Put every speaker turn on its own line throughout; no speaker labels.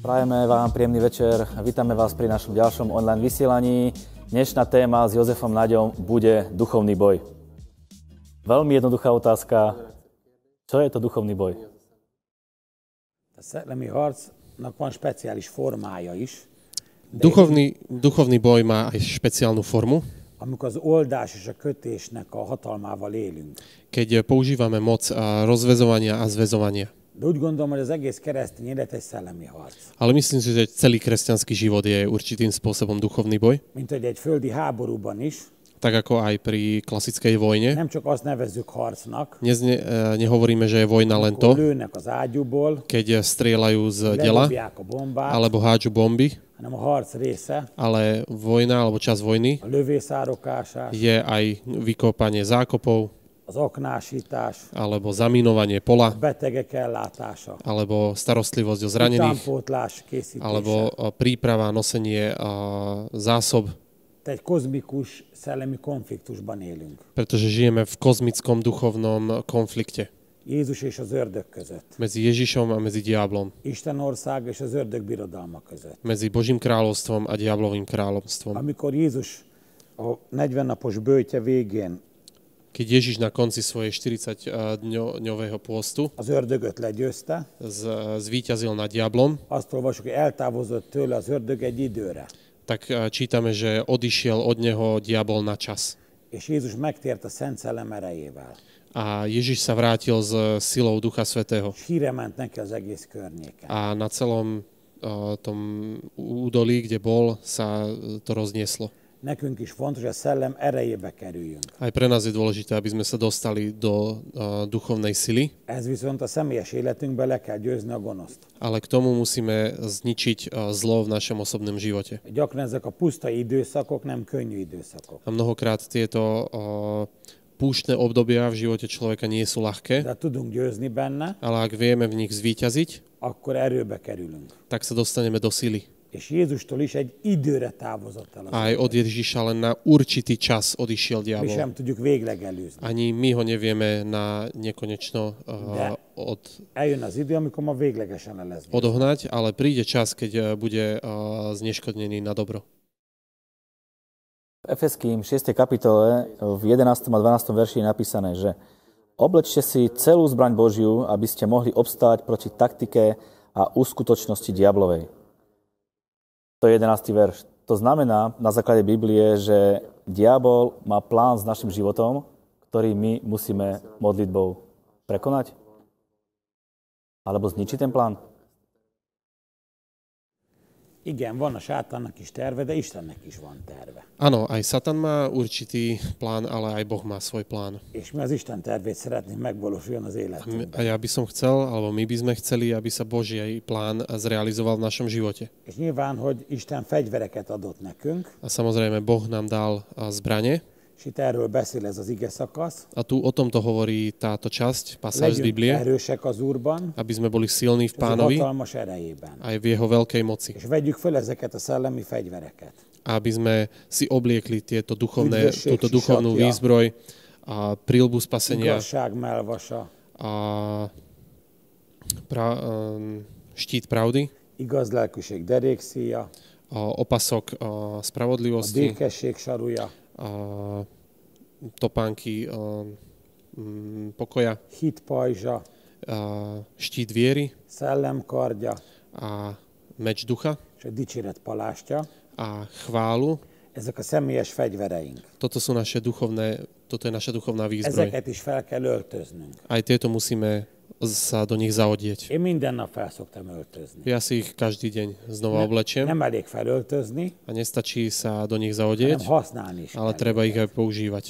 Prajeme vám príjemný večer, vítame vás pri našom ďalšom online vysielaní. Dnešná téma s Jozefom Naďom bude duchovný boj. Veľmi jednoduchá otázka. Čo je to duchovný boj?
A szellemi harcnak van speciális formája is,
Duchovný, duchovný boj má aj špeciálnu formu,
amikor az oldás és a kötésnek a hatalmával élünk.
keď používame moc a rozvezovania a zväzovania.
De úgy gondolom, hogy az egész keresztény élet egy szellemi harc.
Ale myslím si, že celý kresťanský život je určitým spôsobom duchovný boj,
Mint hogy egy földi háborúban is,
tak ako aj pri klasickej vojne.
nem csak azt nevezzük harcnak,
Dnes ne, e, nehovoríme, že je vojna len
akkor
to,
lőnek az ágyúból,
keď strieľajú z dela
ledobják a bombát,
alebo hádžu bomby,
hanem a harc része,
ale vojna alebo čas vojny
a lövészárokásás,
je aj vykopanie zákopov,
az aknásítás,
alebo zaminovanie pola,
betegek ellátása,
alebo starostlivosť o zranených,
utánpótlás készítése.
alebo e, príprava, nosenie a zásob
Tehát Egy kozmikus szellemi konfliktusban élünk.
pretože žijeme v kozmickom duchovnom konflikte
Jézus és az ördög között.
medzi Ježišom a medzi diablom,
Isten ország és az ördög birodalma között.
medzi Božím kráľovstvom a diablovým kráľovstvom.
Amikor Jézus a 40 napos bőtje végén
Keď Ježiš na konci svojej 40-dňového pôstu
az ördögöt legyőzte,
z- zvíťazil nad diablom,
azt olvasok, hogy eltávozott tőle az ördög egy időre.
tak e, čítame, že odišiel od neho diabol na čas.
És Jézus megtért a Szent Szellem erejével.
A Ježiš sa vrátil s silou Ducha Svetého.
És híre ment neki az egész környéken.
A na celom e, tom údolí, kde bol, sa e, to roznieslo.
Nekünk is fontos, hogy a szellem erejébe kerüljünk.
Aj pre nás je dôležité, aby sme sa dostali do e, duchovnej sily,
Ez viszont a személyes életünkbe le kell győzni a gonoszt.
Ale k tomu musíme zničiť eh, zlo v našom osobnom živote.
Gyakran ezek a pusztai időszakok nem könnyű időszakok.
A mnohokrát tieto eh, púštne obdobia v živote človeka nie sú ľahké,
De ha tudunk győzni benne,
ale ak vieme v nich zvíťaziť,
akkor erőbe kerülünk.
tak sa dostaneme do sily.
És Jézustól is egy időre távozott el. Az.
Aj od Ježiša len na určitý čas odišiel
Mi sem
diabol.
tudjuk végleg előzni.
Ani my ho nevieme na nekonečno eh,
Ne.
od,
Eljön az idő, amikor ma véglegesen el lesz.
odohnať, ale príde čas, keď eh, bude eh, zneškodnený na dobro.
V Efeským 6. kapitole v 11. a 12. verši je napísané, že oblečte si celú zbraň Božiu, aby ste mohli obstáť proti taktike a uskutočnosti diablovej. To je 11. verš. To znamená na základe Biblie, že diabol má plán s našim životom, ktorý my musíme modlitbou prekonať? Alebo zničiť ten plán?
Igen, van a sátánnak is terve, de Istennek is van terve.
Áno, aj Satan má určitý plán, ale aj Boh má svoj plán.
És mi az Isten tervét szeretnénk megvalósuljon az életünkben.
A ja by som chcel, alebo my by sme chceli, aby sa Boží aj plán zrealizoval v našom živote.
És nyilván, hogy Isten fegyvereket adott nekünk,
A samozrejme, Boh nám dal a, zbranie.
és itt erről beszél ez az ige szakasz.
A tu o tomto hovorí táto časť, pasáž z
Legyünk
Biblie,
erősek az Úrban,
aby sme boli silní
és
v
az ő
pánovi
hatalmas erejében.
aj v jeho veľkej moci.
És vegyük föl ezeket a szellemi fegyvereket.
A Aby sme si obliekli tieto duchovné,
Vyvešek
túto duchovnú
šišatia.
výzbroj a prílbu spasenia
Igazság melvasa,
a pra, um, štít pravdy,
igaz lelkűség derékszíja,
a opasok
a
a spravodlivosti,
békesség sarúja,
a topánky a, mm, pokoja,
hit pajzsa,
a štít viery
szellem kardja
a meč ducha
és a dicséret palástja.
a chválu.
Ezek a személyes fegyvereink.
Toto sú naše duchovné, toto je naša duchovná výzbroj.
Ezeket is fel kell öltöznünk.
Aj tieto musíme sa do nich zaodieť.
Én minden nap fel szoktam öltözni.
Ja si ich každý deň znova oblečiem
Nem elég felöltözni,
a nestačí sa do nich
hanem
zaodieť,
használni is
ale
kell.
treba ich aj používať.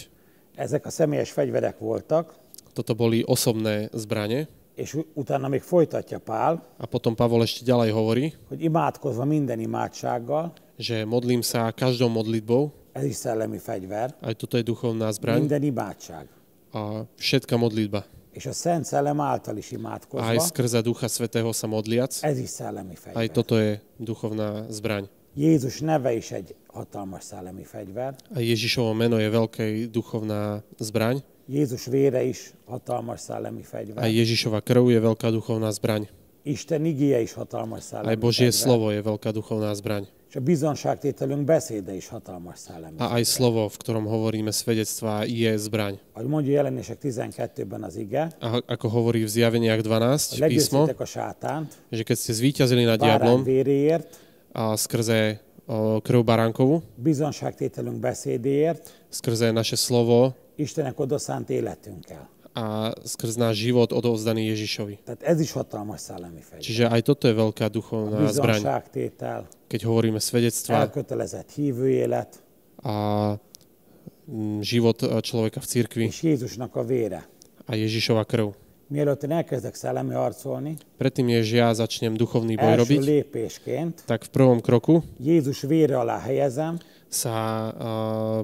Ezek a személyes fegyverek voltak,
Toto boli osobné zbranie
és u- utána még folytatja Pál,
a potom Pavol ešte ďalej hovorí,
hogy imádkozva minden imádsággal,
že modlím sa každou modlitbou,
ez is szellemi fegyver,
aj toto je duchovná zbraň,
minden imádság.
a všetka modlitba.
És a Szent Szellem által is
Aj
imádkozva,
skrze Ducha Svetého sa modliac,
ez is szellemi
aj
fegyver.
toto je duchovná zbraň.
Jézus neve is egy hatalmas szellemi fegyver,
A Ježišovo meno je veľkej duchovná zbraň.
Jézus vére is hatalmas szellemi
A
fegyver,
Ježišova krv je veľká duchovná zbraň.
Isten igéje is hatalmas szellemi
Aj Božie
fegyver.
slovo je veľká duchovná zbraň.
És a bizonságtételünk beszéde is hatalmas szellemi.
A aj slovo, v ktorom hovoríme svedectvá, je zbraň.
Ahogy mondja jelenések 12-ben az ige,
A ako hovorí v zjaveniach
hogy
12 písmo,
legyőztétek a sátánt,
že keď ste zvíťazili nad
bárány
diablom
véréért,
a skrze o, krv baránkovú,
bizonságtételünk beszédéért,
skrze naše slovo
Istenek odaszánt életünkkel.
a skrz náš život odovzdaný Ježišovi.
Tehát ez is hatalmas szellemi fegyver.
Čiže aj toto je veľká duchovná zbraň,
Bizonságtétel,
keď hovoríme svedectvá
elkötelezett hívő élet,
a mm, život e, človeka v cirkvi
és Jézusnak a vére.
a Ježišova krv.
Mielőtt én elkezdek szellemi harcolni,
Predtým, než ja začnem duchovný boj
első
robiť,
lépésként
tak v prvom kroku
Jézus vére alá helyezem
sa a,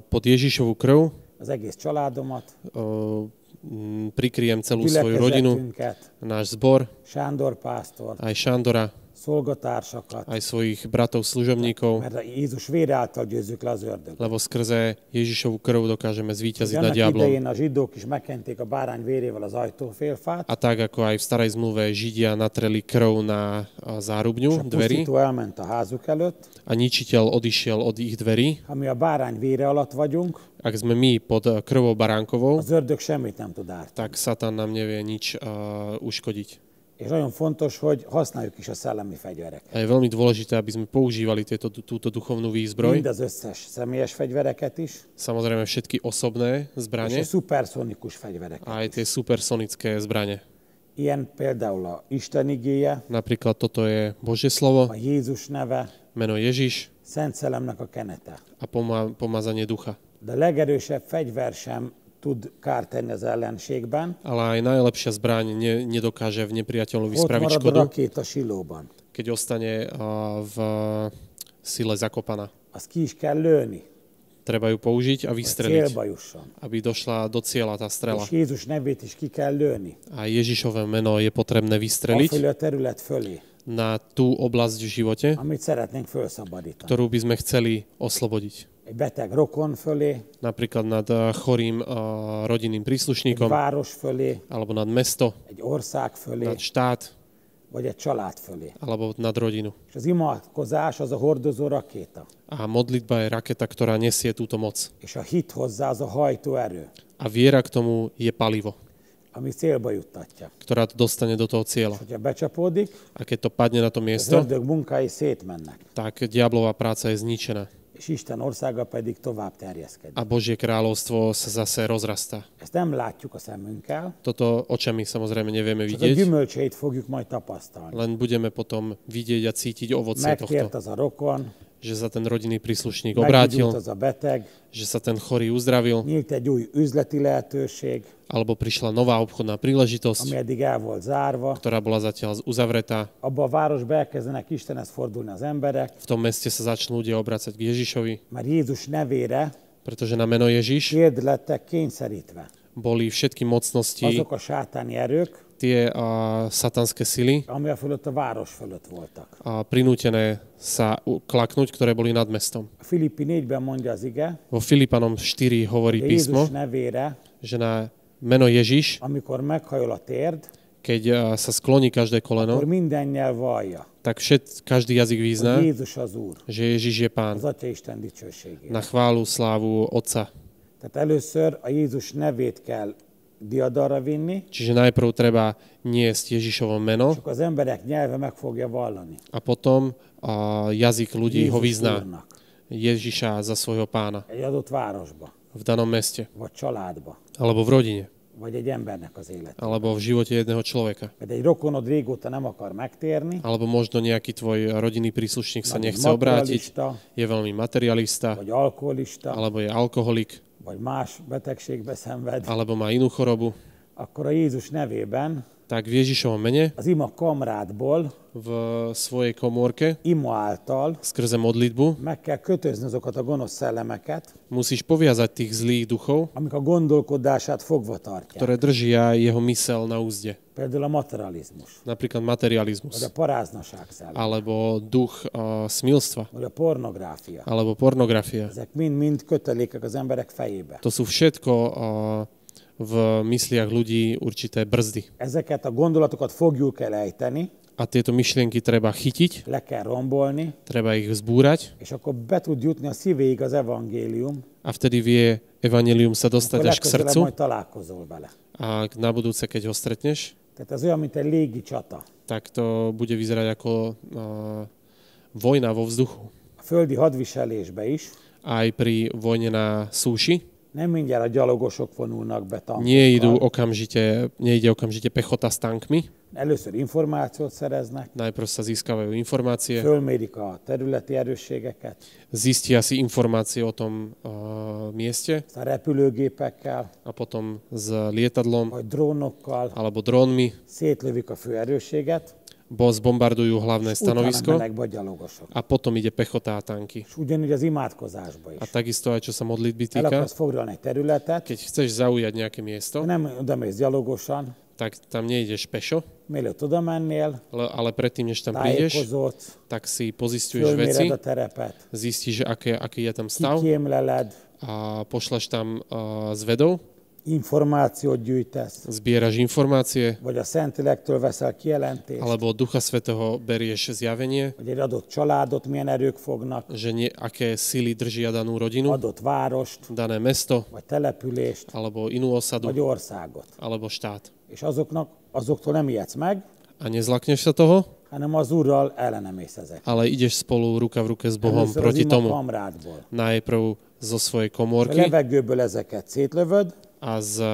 pod Ježišovu krv
az egész családomat,
o, m, prikryjem celú svoju rodinu,
gyülekezetünket,
náš zbor,
Sándor pásztort,
aj Šandora,
szolgatársakat,
aj svojich bratov služobníkov,
mert a Jézus vére által győzzük le az ördögöt.
lebo skrze Ježišovu krv dokážeme zvíťaziť nad
Annak
diablom.
idején a zsidók is megkenték a bárány vérével az ajtófélfát,
A tak ako aj v starej zmluve Židia natreli krv na
és
a,
a
zárubňu dverí
pusztító elment a házuk előtt.
a ničiteľ odišiel od ich dverí,
Ha mi a bárány vére alatt vagyunk,
ak sme my pod e, krvou baránkovou,
az ördög semmit nem tud árt.
tak Satan nám nevie nič uh, uškodiť.
És nagyon fontos, hogy használjuk is a szellemi fegyvereket.
A je veľmi dôležité, aby sme používali tieto, túto duchovnú výzbroj,
Mind az összes személyes fegyvereket is,
samozrejme všetky
és
osobné
a
zbranie
szuperszonikus fegyvereket.
a aj tie supersonické zbranie.
Ilyen például a Isten igéje,
Napríklad toto je Božie
a
slovo,
Jézus neve,
meno Ježiš
Szent Szellemnek a kenete.
a poma- pomazanie ducha.
De a legerősebb fegyver sem tud kárt tenni az ellenségben.
Ale aj najlepšia zbraň ne, nedokáže v nepriateľovi
Ott
spraviť
marad a
škodu,
rakéta silóban.
keď ostane a, v sile zakopaná.
Azt ki is kell lőni,
Treba ju použiť a
hogy
vystreliť,
célba jusson.
aby došla do cieľa tá strela.
És Jézus nevét is ki kell lőni,
A Ježišové meno je potrebné vystreliť
afölé a terület fölé,
na tú oblasť v živote,
amit szeretnénk felszabadítani.
ktorú by sme chceli oslobodiť.
Egy beteg rokon fölé,
Napríklad nad eh, chorým eh, rodinným
egy
príslušníkom,
város fölé,
alebo nad mesto,
egy ország fölé,
nad štát,
vagy egy család fölé.
alebo nad rodinu.
És az imádkozás az a hordozó rakéta,
A modlitba je raketa, ktorá nesie túto moc.
és a hit hozzá az a hajtóerő,
A viera k tomu je palivo,
ami célba juttatja.
ktorá to dostane do toho cieľa.
Hogyha becsapódik,
A keď to padne na to
az
miesto,
ördög munkái szétmennek,
tak diablová práca je zničená
és Isten országa pedig tovább terjeszkedik.
a Božie kráľovstvo sa zase rozrastá.
Ezt nem látjuk a szemünkkel,
Toto očami samozrejme nevieme
csak a
vidieť,
gyümölcseit fogjuk majd tapasztalni.
len budeme potom vidieť a cítiť ovocie
Megtért
tohto,
az a rokon,
že sa ten rodinný príslušník
meggyógyult
obrátil,
az a beteg,
že sa ten chorý uzdravil,
nyílt egy új üzleti lehetőség,
alebo prišla nová obchodná
ami
príležitosť,
eddig el volt zárva.
ktorá bola zatiaľ uzavretá.
Abba a városba elkezdenek Istenhez fordulni az emberek,
V tom meste sa začnú ľudia obrácať k Ježišovi,
mert Jézus nevére
pretože na meno Ježiš
kérd lettek kényszerítve.
boli všetky mocnosti,
Azok a sátáni erők,
tie a, satanské sily,
ami a fölött a város fölött voltak.
a, prinútené sa u- klaknúť, ktoré boli nad mestom.
A Filippi 4-ben mondja az ige,
Vo Filipanom 4 hovorí
de Jézus
písmo,
nevére,
že na meno Ježiš,
amikor meghajol a térd,
keď a, sa skloní každé
akkor
koleno,
minden nyelv vallja,
tak všet, každý jazyk
hogy
vyzná,
Jézus az Úr,
že Ježiš je pán
az Atya Isten dicsőségére.
na chválu, slávu Otca.
Tehát először a Jézus nevét kell diadalra vinni,
Čiže najprv treba niesť Ježišovo meno
csak az emberek nyelve meg fogja vallani.
a potom a jazyk ľudí ho
Jézus
vyzná.
Úrnak.
Ježiša za svojho pána
Egy adott városba,
v danom meste,
vagy családba,
alebo v rodine,
vagy egy embernek az élet.
alebo v živote jedného človeka.
Mert egy rokonod régóta nem akar megtérni,
Alebo možno nejaký tvoj rodinný príslušník sa
Alebo
nechce obrátiť,
materialista.
je veľmi materialista,
vagy alkoholista,
alebo je alkoholik,
vagy más betegségbe szenved,
alebo má inú chorobu,
akkor a Jézus nevében
tak v Ježišovom mene,
az ima kamrádból,
v svojej komórke,
ima által
skrze modlitbu,
meg kell kötözni azokat a gonosz szellemeket,
musíš poviazať tých zlých duchov,
amik a gondolkodását fogva tartják.
ktoré držia jeho mysel na úzde.
Például a materializmus,
Napríklad
vagy
materializmus,
a paráznaság szellem,
alebo duch a, smilstva,
vagy a pornográfia.
alebo pornografia.
Ezek mind-mind kötelékek az emberek fejébe.
To sú všetko a, eh, v mysliach ľudí určité brzdy.
Ezeket a gondolatokat fogjul kell ejteni,
A tieto myšlienky treba chytiť,
le kell rombolni,
treba ich zbúrať
és akkor be tud jutni a szívéig az evangélium,
a vtedy vie evanelium sa dostať
akkor
až k
legközelebb
srdcu
majd találkozol vele.
a na budúce, keď ho stretneš,
Tehát ez olyan, mint egy légi csata.
tak to bude vyzerať ako a, vojna vo vzduchu.
A földi hadviselésbe is
Aj pri vojne na súši
nem mindjárt a gyalogosok vonulnak be
nie idú
tankokkal.
okamžite, nejde okamžite pechota s tankmi,
Először információt szereznek,
najprv sa získavajú informácie,
fölmérik a területi erősségeket,
zistia si informácie o tom a, mieste
aztán repülőgépekkel,
a potom s lietadlom
vagy drónokkal
alebo drónmi
szétlövik a fő erősséget,
boss bombardujú hlavné
utána
stanovisko
mennek be a gyalogosok.
a potom ide pechota a tanky.
És ugyanígy az imádkozásba is.
A takisto aj čo sa modlitby
El
týka,
akarsz foglalni egy területet,
keď chceš zaujať nejaké miesto,
nem oda mész gyalogosan,
tak tam nejdeš pešo,
mielőtt oda mennél,
ale, ale predtým, než tam prídeš,
tájékozódsz,
tak si pozistuješ veci,
fölméred a terepet,
zistíš, aké, aký je tam stav
kikémleled,
a pošleš tam uh, zvedov,
információt gyűjtesz,
zbieraš informácie,
vagy a Szentlélektől veszel kijelentést,
alebo od Ducha Svetého berieš zjavenie,
hogy egy adott családot milyen erők fognak,
že nie, aké sily držia danú rodinu,
adott várost,
dané mesto,
vagy települést,
alebo inú
vagy
osadu,
országot.
alebo štát.
És azoknak, azoktól nem ijedsz meg,
A nezlakneš sa toho,
hanem az Úrral ellenemész ezek.
ale ideš spolu ruka v ruke s Bohom
Először az
proti
ima
tomu.
kamrádból.
Najprv zo svojej
A
komórky
levegőből ezeket szétlövöd,
a z,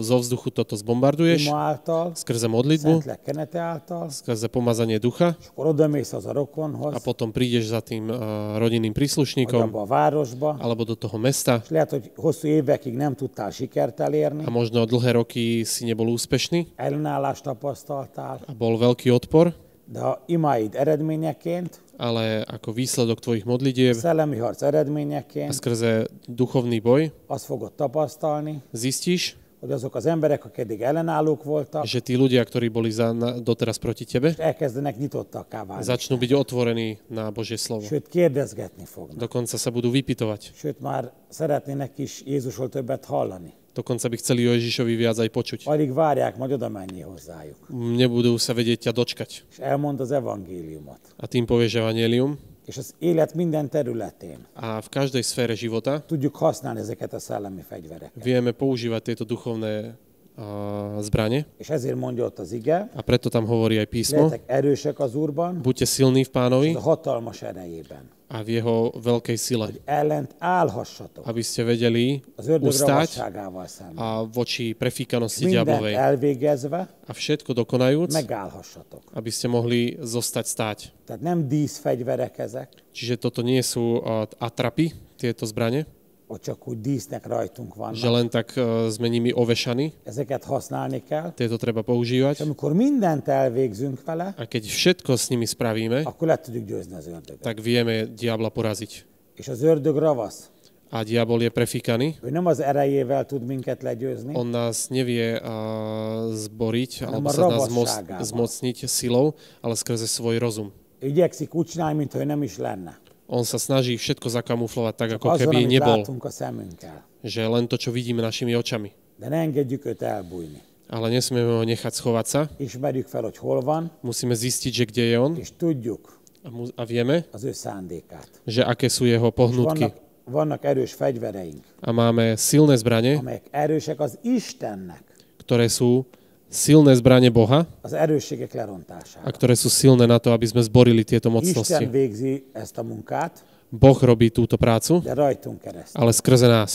zo vzduchu toto zbombarduješ
ima által,
skrze modlitbu,
Szentlek kenete által,
skrze pomazanie ducha
és akkor odamész az a
a
rokonhoz,
potom prídeš za tým eh, rodinným
vagy
príslušníkom
abba a városba,
alebo do toho mesta
és lehet, hogy hosszú évekig nem tudtál sikert elérni,
a možno dlhé roky si nebol úspešný
ellenállást tapasztaltál,
a bol veľký odpor,
de a imáid eredményeként,
ale ako výsledok tvojich modlitieb
szellemi harc
a
eredményeként
skrze duchovný boj
azt fogod tapasztalni,
zistíš,
hogy azok az emberek, akik eddig ellenállók voltak,
že tí ľudia, ktorí boli za, na, doteraz proti tebe,
elkezdenek nyitottakká válni.
začnú byť otvorení na Božie slovo.
Sőt, kérdezgetni fognak.
Dokonca sa budú vypitovať.
Sőt, már szeretnének is Jézusról többet hallani.
Dokonca by chceli o Ježišovi viac aj počuť.
Alig várják, majd oda menni hozzájuk.
Nebudú sa vedieť ťa dočkať.
És elmond az evangéliumot.
A tým povieš evanelium.
És az élet minden területén
A v každej sfére života
tudjuk használni ezeket a szellemi fegyvereket.
vieme používať tieto duchovné a, zbranie.
És ezért mondja ott az ige,
A preto tam hovorí aj písmo.
lehetek erősek az Úrban,
Buďte silní v pánovi
a hatalmas erejében.
a v jeho veľkej sile,
Ellent állhassatok
aby ste vedeli
az ördög
ustať
ravasságával szemben.
a voči prefíkanosti
Mindent
diablovej.
elvégezve
A všetko dokonajúc,
megállhassatok.
aby ste mohli zostať stáť.
Tehát nem díszfegyverek ezek,
Čiže toto nie sú a, atrapy, tieto zbranie,
hogy csak úgy dísznek rajtunk
že
vannak.
len tak e, sme nimi ovešaní.
Ezeket használni kell.
Tieto treba
És
používať.
amikor mindent elvégzünk vele,
A keď všetko s nimi spravíme,
akkor le tudjuk győzni az ördögöt.
tak vieme diabla poraziť.
És az ördög ravasz.
A diabol je prefíkaný.
Ő nem az erejével tud minket legyőzni,
On nás nevie a, zboriť alebo
má
sa
rovnosť
nás zmoc-
ágába.
zmocniť silou, ale skrze svoj rozum.
igyekszik úgy csinálni, mintha ő nem is lenne.
On sa snaží všetko zakamuflovať tak, ako
Azon,
keby
amit
nebol.
látunk a szemünkkel.
Že len to, čo vidíme našimi očami.
De ne engedjük őt elbújni.
Ale nesmieme ho nechať schovať sa.
Ismerjük fel, hogy hol van,
Musíme zistiť, že kde je on
és tudjuk
a, mu- a vieme,
az ő szándékát.
že aké sú jeho pohnutky.
Vannak, vannak erős fegyvereink,
A máme silné zbranie,
amelyek erősek az Istennek
ktoré sú silné zbranie Boha
az erősségek
a
lerontására.
ktoré sú silné na to, aby sme zborili tieto
Isten
mocnosti.
végzi ezt a munkát,
Boh robí túto prácu,
de rajtunk keresztül.
ale skrze nás.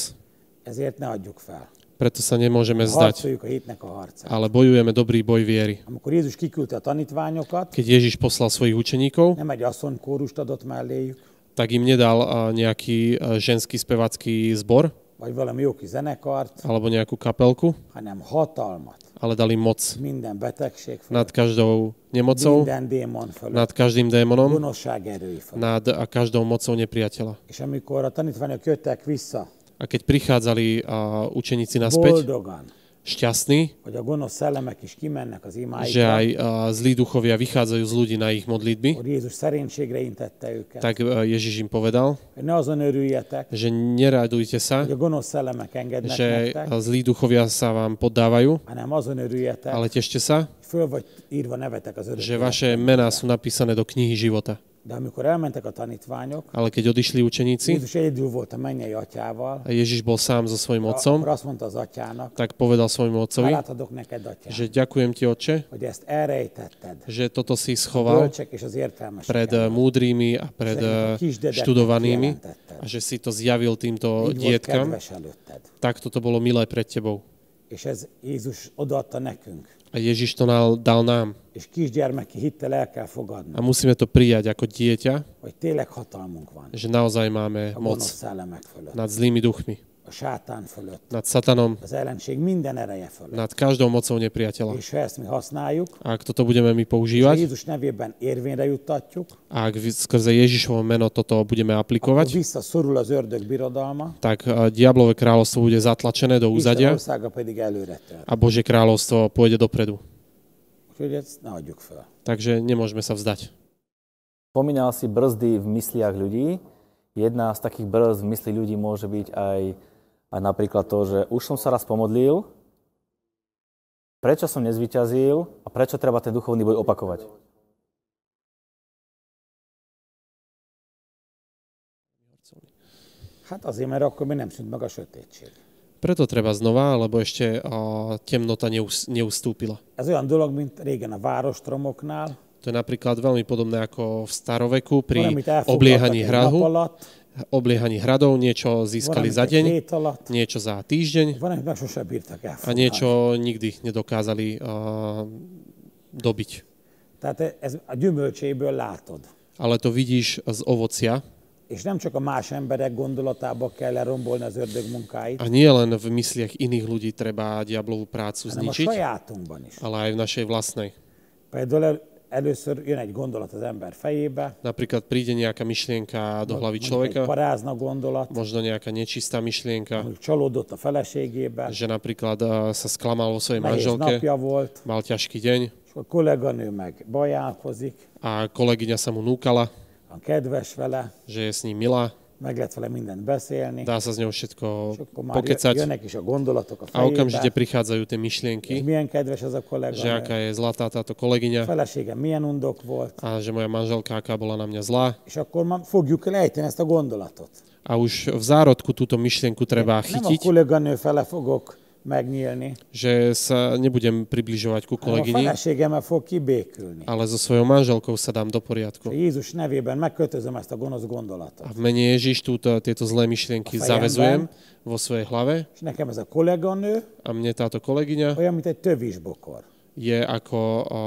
Ezért ne adjuk fel.
Preto sa nemôžeme zdať,
Harcoljuk a hitnek a harcát.
ale bojujeme dobrý boj viery.
Amikor Jézus kiküldte a tanítványokat,
Keď Ježiš poslal svojich učeníkov,
nem egy asszonykórust adott melléjük,
tak im nedal a, nejaký a, ženský spevacký zbor
vagy valami jó kis zenekart,
alebo nejakú kapelku,
hanem hatalmat
ale dal im moc
minden betegség fölött,
nad každou nemocou,
minden démon fölött,
nad každým démonom,
gonoszság erői fölött.
nad a, každou mocou nepriateľa.
És amikor a tanítványok jöttek vissza,
A keď prichádzali a, učeníci naspäť,
boldogan,
šťastní,
hogy a gonosz szellemek is kimennek az
že
imáikra,
aj a, zlí duchovia vychádzajú z ľudí na ich modlitby,
hogy Jézus szerénységre intette őket.
tak a, Ježiš im povedal,
Hogy ne azon örüljetek,
že neradujte sa,
hogy a gonosz szellemek engednek
že
nektek,
a, zlí duchovia sa vám poddávajú,
hanem azon örüljetek,
ale tešte sa,
hogy föl vagy írva nevetek az örök
že vaše mená sú napísané do knihy života.
De amikor elmentek a tanítványok,
Ale keď odišli učeníci
Jézus egyedül volt a mennyei atyával,
a Szóval Ježiš bol sám so svojím otcom,
akkor azt mondta az atyának,
tak povedal svojmu otcovi,
hálát adok neked, atyám,
že ďakujem ti, otče,
hogy ezt elrejtetted.
že toto si schoval
Bölcsek és az értelmesek.
pred eh,
előtt.
múdrými a pred
Že
eh,
kis dedeknek
študovanými
jelentetted.
a že si to zjavil týmto
Így volt
dietkam,
kedves előtted.
tak toto bolo milé pred tebou.
És ez Jézus odaadta nekünk.
A Ježiš to nal- dal nám.
És kisgyermeki hittel el kell fogadni,
A musíme to prijať ako dieťa,
hogy tényleg hatalmunk van
že naozaj máme
a
moc
gonosz szellemek fölött,
nad zlými duchmi,
a sátán fölött,
nad satanom,
az ellenség minden ereje fölött.
nad každou mocou nepriateľa.
És ha ezt mi használjuk,
A ak toto budeme my
ha
používať,
Jézus nevében érvényre juttatjuk,
a ak vy- skrze Ježišovo meno toto budeme
hogy
aplikovať,
visszaszorul az ördög birodalma,
tak eh, diablové kráľovstvo bude zatlačené do
Isten
úzadia
országa pedig előre tör.
a Božie kráľovstvo pôjde dopredu.
Úgyhogy ezt ne adjuk föl.
Takže nemôžeme sa vzdať.
Spomínal si brzdy v mysliach ľudí. Jedna z takých brzd v mysli ľudí môže byť aj, aj napríklad to, že už som sa raz pomodlil, prečo som nezvyťazil a prečo treba ten duchovný boj opakovať.
Hát azért, mert akkor még nem szűnt meg a sötétség.
Preto treba znova, lebo ešte a, temnota neus- neustúpila.
Ez olyan dolog, mint régen a várostromoknál,
To je napríklad veľmi podobné ako v staroveku pri
valamit elfoglaltak
obliehaní
egy nap
hradu.
alatt,
Obliehaní hradov niečo získali
valamit
za
egy
deň,
hét alatt,
niečo za týždeň
valamit meg sose bírtak
a
elfoglalni.
niečo nikdy nedokázali a, dobiť.
Tehát ez a gyümölcséből látod.
Ale to vidíš z ovocia
És nem csak a más emberek gondolatába kell lerombolni az ördög munkáit,
a nie len v mysliach iných ľudí treba diablovú prácu
hanem a
zničiť,
sajátunkban is.
ale aj v našej vlastnej.
Például el, először jön egy gondolat az ember fejébe,
Napríklad príde nejaká myšlienka do
mondjuk egy
hlavy človeka,
parázna gondolat,
možno nejaká nečistá myšlienka,
mondjuk csalódott a feleségébe,
že napríklad eh, sa sklamal vo svojej
nehéz
manželke,
napja volt,
mal ťažký deň
és a kolléganő meg bajálkozik,
a kolegyňa sa mu núkala,
a kedves vele,
že je s ním milá,
meg lehet vele mindent beszélni,
dá sa s ňou všetko
és akkor már jö-
pokecať
jönnek is a gondolatok a
a okamžite
fejébe,
prichádzajú tie
és
myšlienky,
milyen kedves ez a
že
kolléganő,
aká je zlatá táto
a
kolegyňa
feleségem milyen undok volt,
a že moja manželka aká bola na mňa zlá
és akkor már fogjuk lejteni ezt a gondolatot.
a už v zárodku túto myšlienku
Nem
treba
a
chytiť,
kolléganő fele fogok megnyílni,
že sa nebudem približovať ku
hanem a
kolegyni,
feleségemmel fog kibékülni.
ale so svojou manželkou sa dám do
A
poriadku.
Jézus nevében megkötözöm ezt a gonosz gondolatot.
A v mene Ježiš túto, tieto zlé myšlienky
A
zavezujem vo svojej hlave
És nekem ez a kolléganő
a mne táto kolegyňa
olyan, mint egy tövisbokor.
je ako o,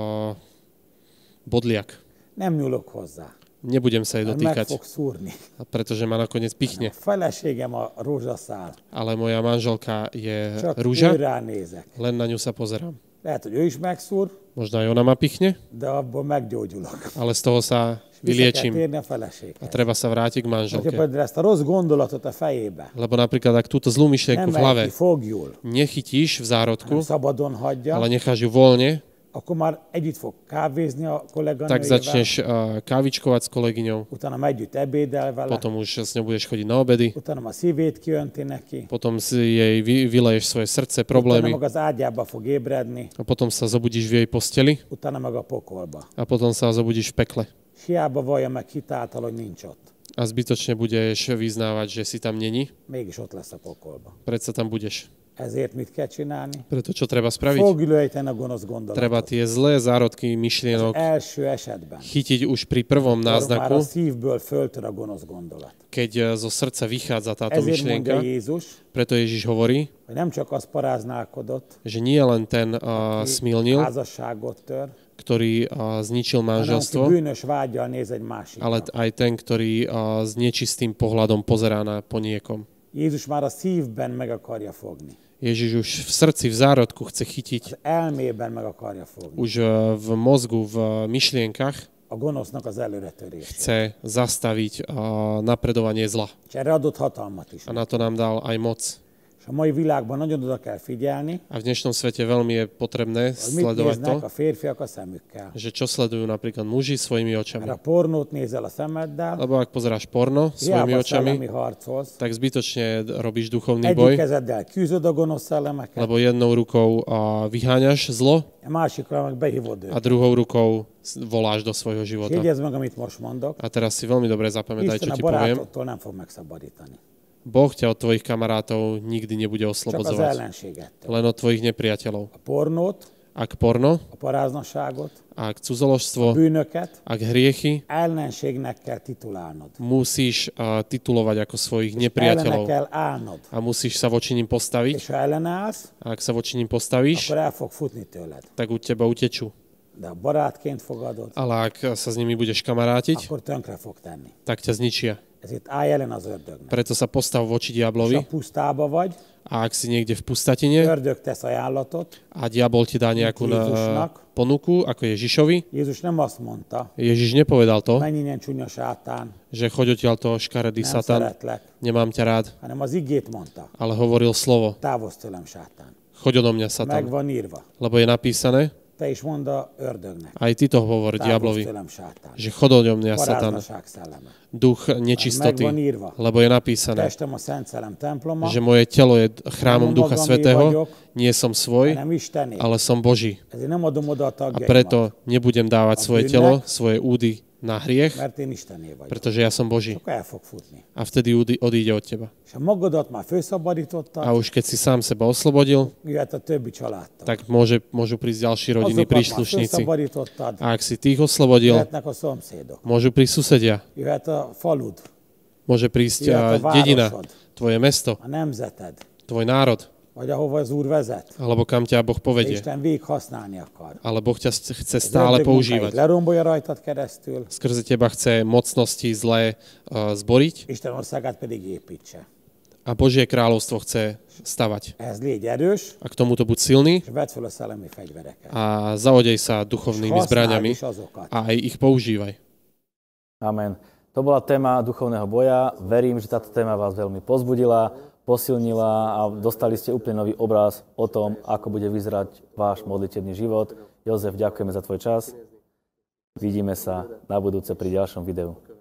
bodliak.
Nem nyúlok hozzá,
Nebudem sa jej
mert meg
dotýkať,
fog szúrni.
pretože ma nakoniec
A
pichne.
feleségem a rózsaszál.
Ale moja manželka je
Csak ő
rúža,
ránézek.
len na ňu sa pozerám.
Lehet, hogy ő is megszúr,
Možno aj ona ma pichne,
de abból meggyógyulok.
ale z toho
Vissza
sa
kell
vyliečím
térni a feleséghez.
a treba sa vrátiť k
Hogyha
manželke.
például ezt a rossz gondolatot a fejébe
Lebo napríklad, ak túto zlú myšlienku
nem
v hlave
veheti fogjul,
nechytíš
nem
v zárodku,
szabadon hagyja,
ale necháš ju voľne,
akkor már együtt fog kávézni a
tak
kolléganőjével,
začneš eh, kávičkovať s kolegyňou,
utána együtt ebédel vele,
potom už s ňou budeš chodiť na obedy,
utána a szívét kiönti neki,
potom si jej vy- vyleješ svoje srdce,
utána
problémy
maga az ágyába fog ébredni,
a potom sa zobudíš v jej posteli
utána meg a pokolba.
a potom sa zobudíš v pekle.
És hiába vallja meg hitáltal, hogy nincs ott.
A zbytočne budeš vyznávať, že si tam není,
Mégis ott lesz a pokolba.
predsa tam budeš.
Ezért mit kell csinálni?
Preto čo treba spraviť?
Fogj lejteni a gonosz gondolatot.
Treba tie zlé zárodky myšlienok
Első esetben.
chytiť už pri prvom
Arról Már a
náznaku,
szívből föltör a gonosz gondolat.
keď eh, zo srdca vychádza
Ezért
táto
mondja
myšlienka.
Jézus,
Preto Ježiš hovorí,
hogy nem csak az paráználkodott,
že nie len ten uh, smilnil,
házasságot tör,
ktorý uh, zničil
hanem aki
manželstvo,
bűnös vágyal néz egy másikra.
ale t- aj ten, ktorý uh, s nečistým pohľadom pozerá na po niekom.
Jézus már a szívben meg akarja fogni.
Ježiš už v srdci, v zárodku chce chytiť,
Az elmében meg akarja fogni.
už uh, v mozgu, v uh, myšlienkach
A gonosznak az előretörést.
chce zastaviť uh, napredovanie zla.
És erre adott hatalmat is.
A na to nám dal aj moc.
És És a mai világban nagyon oda kell figyelni,
A v dnešnom svete veľmi je potrebné
hogy mit
sledovať to,
néznek a férfiak a szemükkel.
že čo sledujú napríklad muži svojimi očami.
Mert a pornót nézel a szemeddel,
Lebo ak pozeráš porno svojimi
hiába
očami,
szellemi harcolsz,
tak zbytočne robíš duchovný
egyik
boj,
kezeddel küzdöd a gonosz szellemeket,
lebo jednou rukou a, vyháňaš zlo
a másikra meg behívod
a
őt.
druhou rukou s- voláš do svojho
És
života.
Jegyezd meg, amit most mondok,
A teraz si veľmi dobre zapamätaj,
Isten a
čo ti poviem.
barátottól nem fog megszabadítani.
Boh ťa od tvojich kamarátov nikdy nebude
Csak az
oslobozovať,
ellenségettől.
len od tvojich nepriateľov.
A pornót,
Ak porno,
a paráznaságot,
ak cudzoložstvo,
bűnöket
ak hriechy,
ellenségnek kell titulálnod.
musíš a, titulovať ako svojich
Ellene
nepriateľov
kell állnod.
a musíš sa voči nim postaviť.
És ha ellenállsz,
A ak sa voči nim postavíš,
akkor el fog futni tőled.
tak od teba utečú.
De ha barátként fogadod,
Ale ak sa s nimi budeš kamarátiť,
akkor tönkre fog tenni.
tak ťa zničia.
Ezért állj ellen az ördögnek.
Preto sa postav voči
És ha
diablovi
pusztába vagy,
a ak si niekde v pustatine
ördög tesz ajánlatot.
a diabol ti dá nejakú na, e, ponuku, ako Ježišovi,
Jézus nem azt mondta,
Ježiš nepovedal to,
menj innen csúnya sátán,
že choď odtiaľ to škaredý
nem
satan,
szeretlek,
nemám ťa rád,
hanem az igét mondta,
ale hovoril slovo,
távozz tőlem sátán.
choď odo mňa
Meg
satan,
van írva.
lebo je napísané,
Te is mondd a ördögnek,
aj ty to hovor
távozz
diablovi,
tőlem sátán.
že choď odo mňa satan,
Paráznaság szelleme.
duch nečistoty, lebo je napísané,
Testem a Szent Szellem temploma,
že moje telo je chrámom Ducha Svetého, nie som svoj,
hanem Istené.
ale som Boží.
Ezért nem adom oda a
A
tagjaimat,
preto nebudem dávať svoje telo, svoje údy na hriech,
mert én Istené vagyok.
pretože ja som Boží.
Akkor el fog futni.
A vtedy údy odíde od teba.
És ha magadat már főszabadítottad,
A už keď si sám seba oslobodil,
jöhet a többi családtag.
tak môže, môžu prísť ďalší rodiny,
Azokat már
príslušníci.
főszabadítottad,
A ak si tých oslobodil,
jöhetnek a szomszédok,
môžu prísť susedia,
jöhet a falud,
môže prísť a, dedina, tvoje mesto,
a nemzeted,
tvoj národ,
vagy ahova az Úr vezet.
alebo kam ťa Boh
De
povedie.
Isten végig használni akar.
Ale Boh ťa s- chce
Az
stále
ördög munkáit
používať.
Lerombolja rajtad keresztül,
Skrze teba chce mocnosti zlé eh, zboriť
Isten országát pedig építse.
a Božie kráľovstvo chce stavať.
Ehhez légy erős,
A k tomuto buď silný
és vedd fel a szellemi fegyvereket.
a zaodej sa duchovnými
Használd
zbraniami
is azokat.
a aj ich používaj.
Amen. To bola téma duchovného boja. Verím, že táto téma vás veľmi pozbudila, posilnila a dostali ste úplne nový obraz o tom, ako bude vyzerať váš modlitebný život. Jozef, ďakujeme za tvoj čas. Vidíme sa na budúce pri ďalšom videu.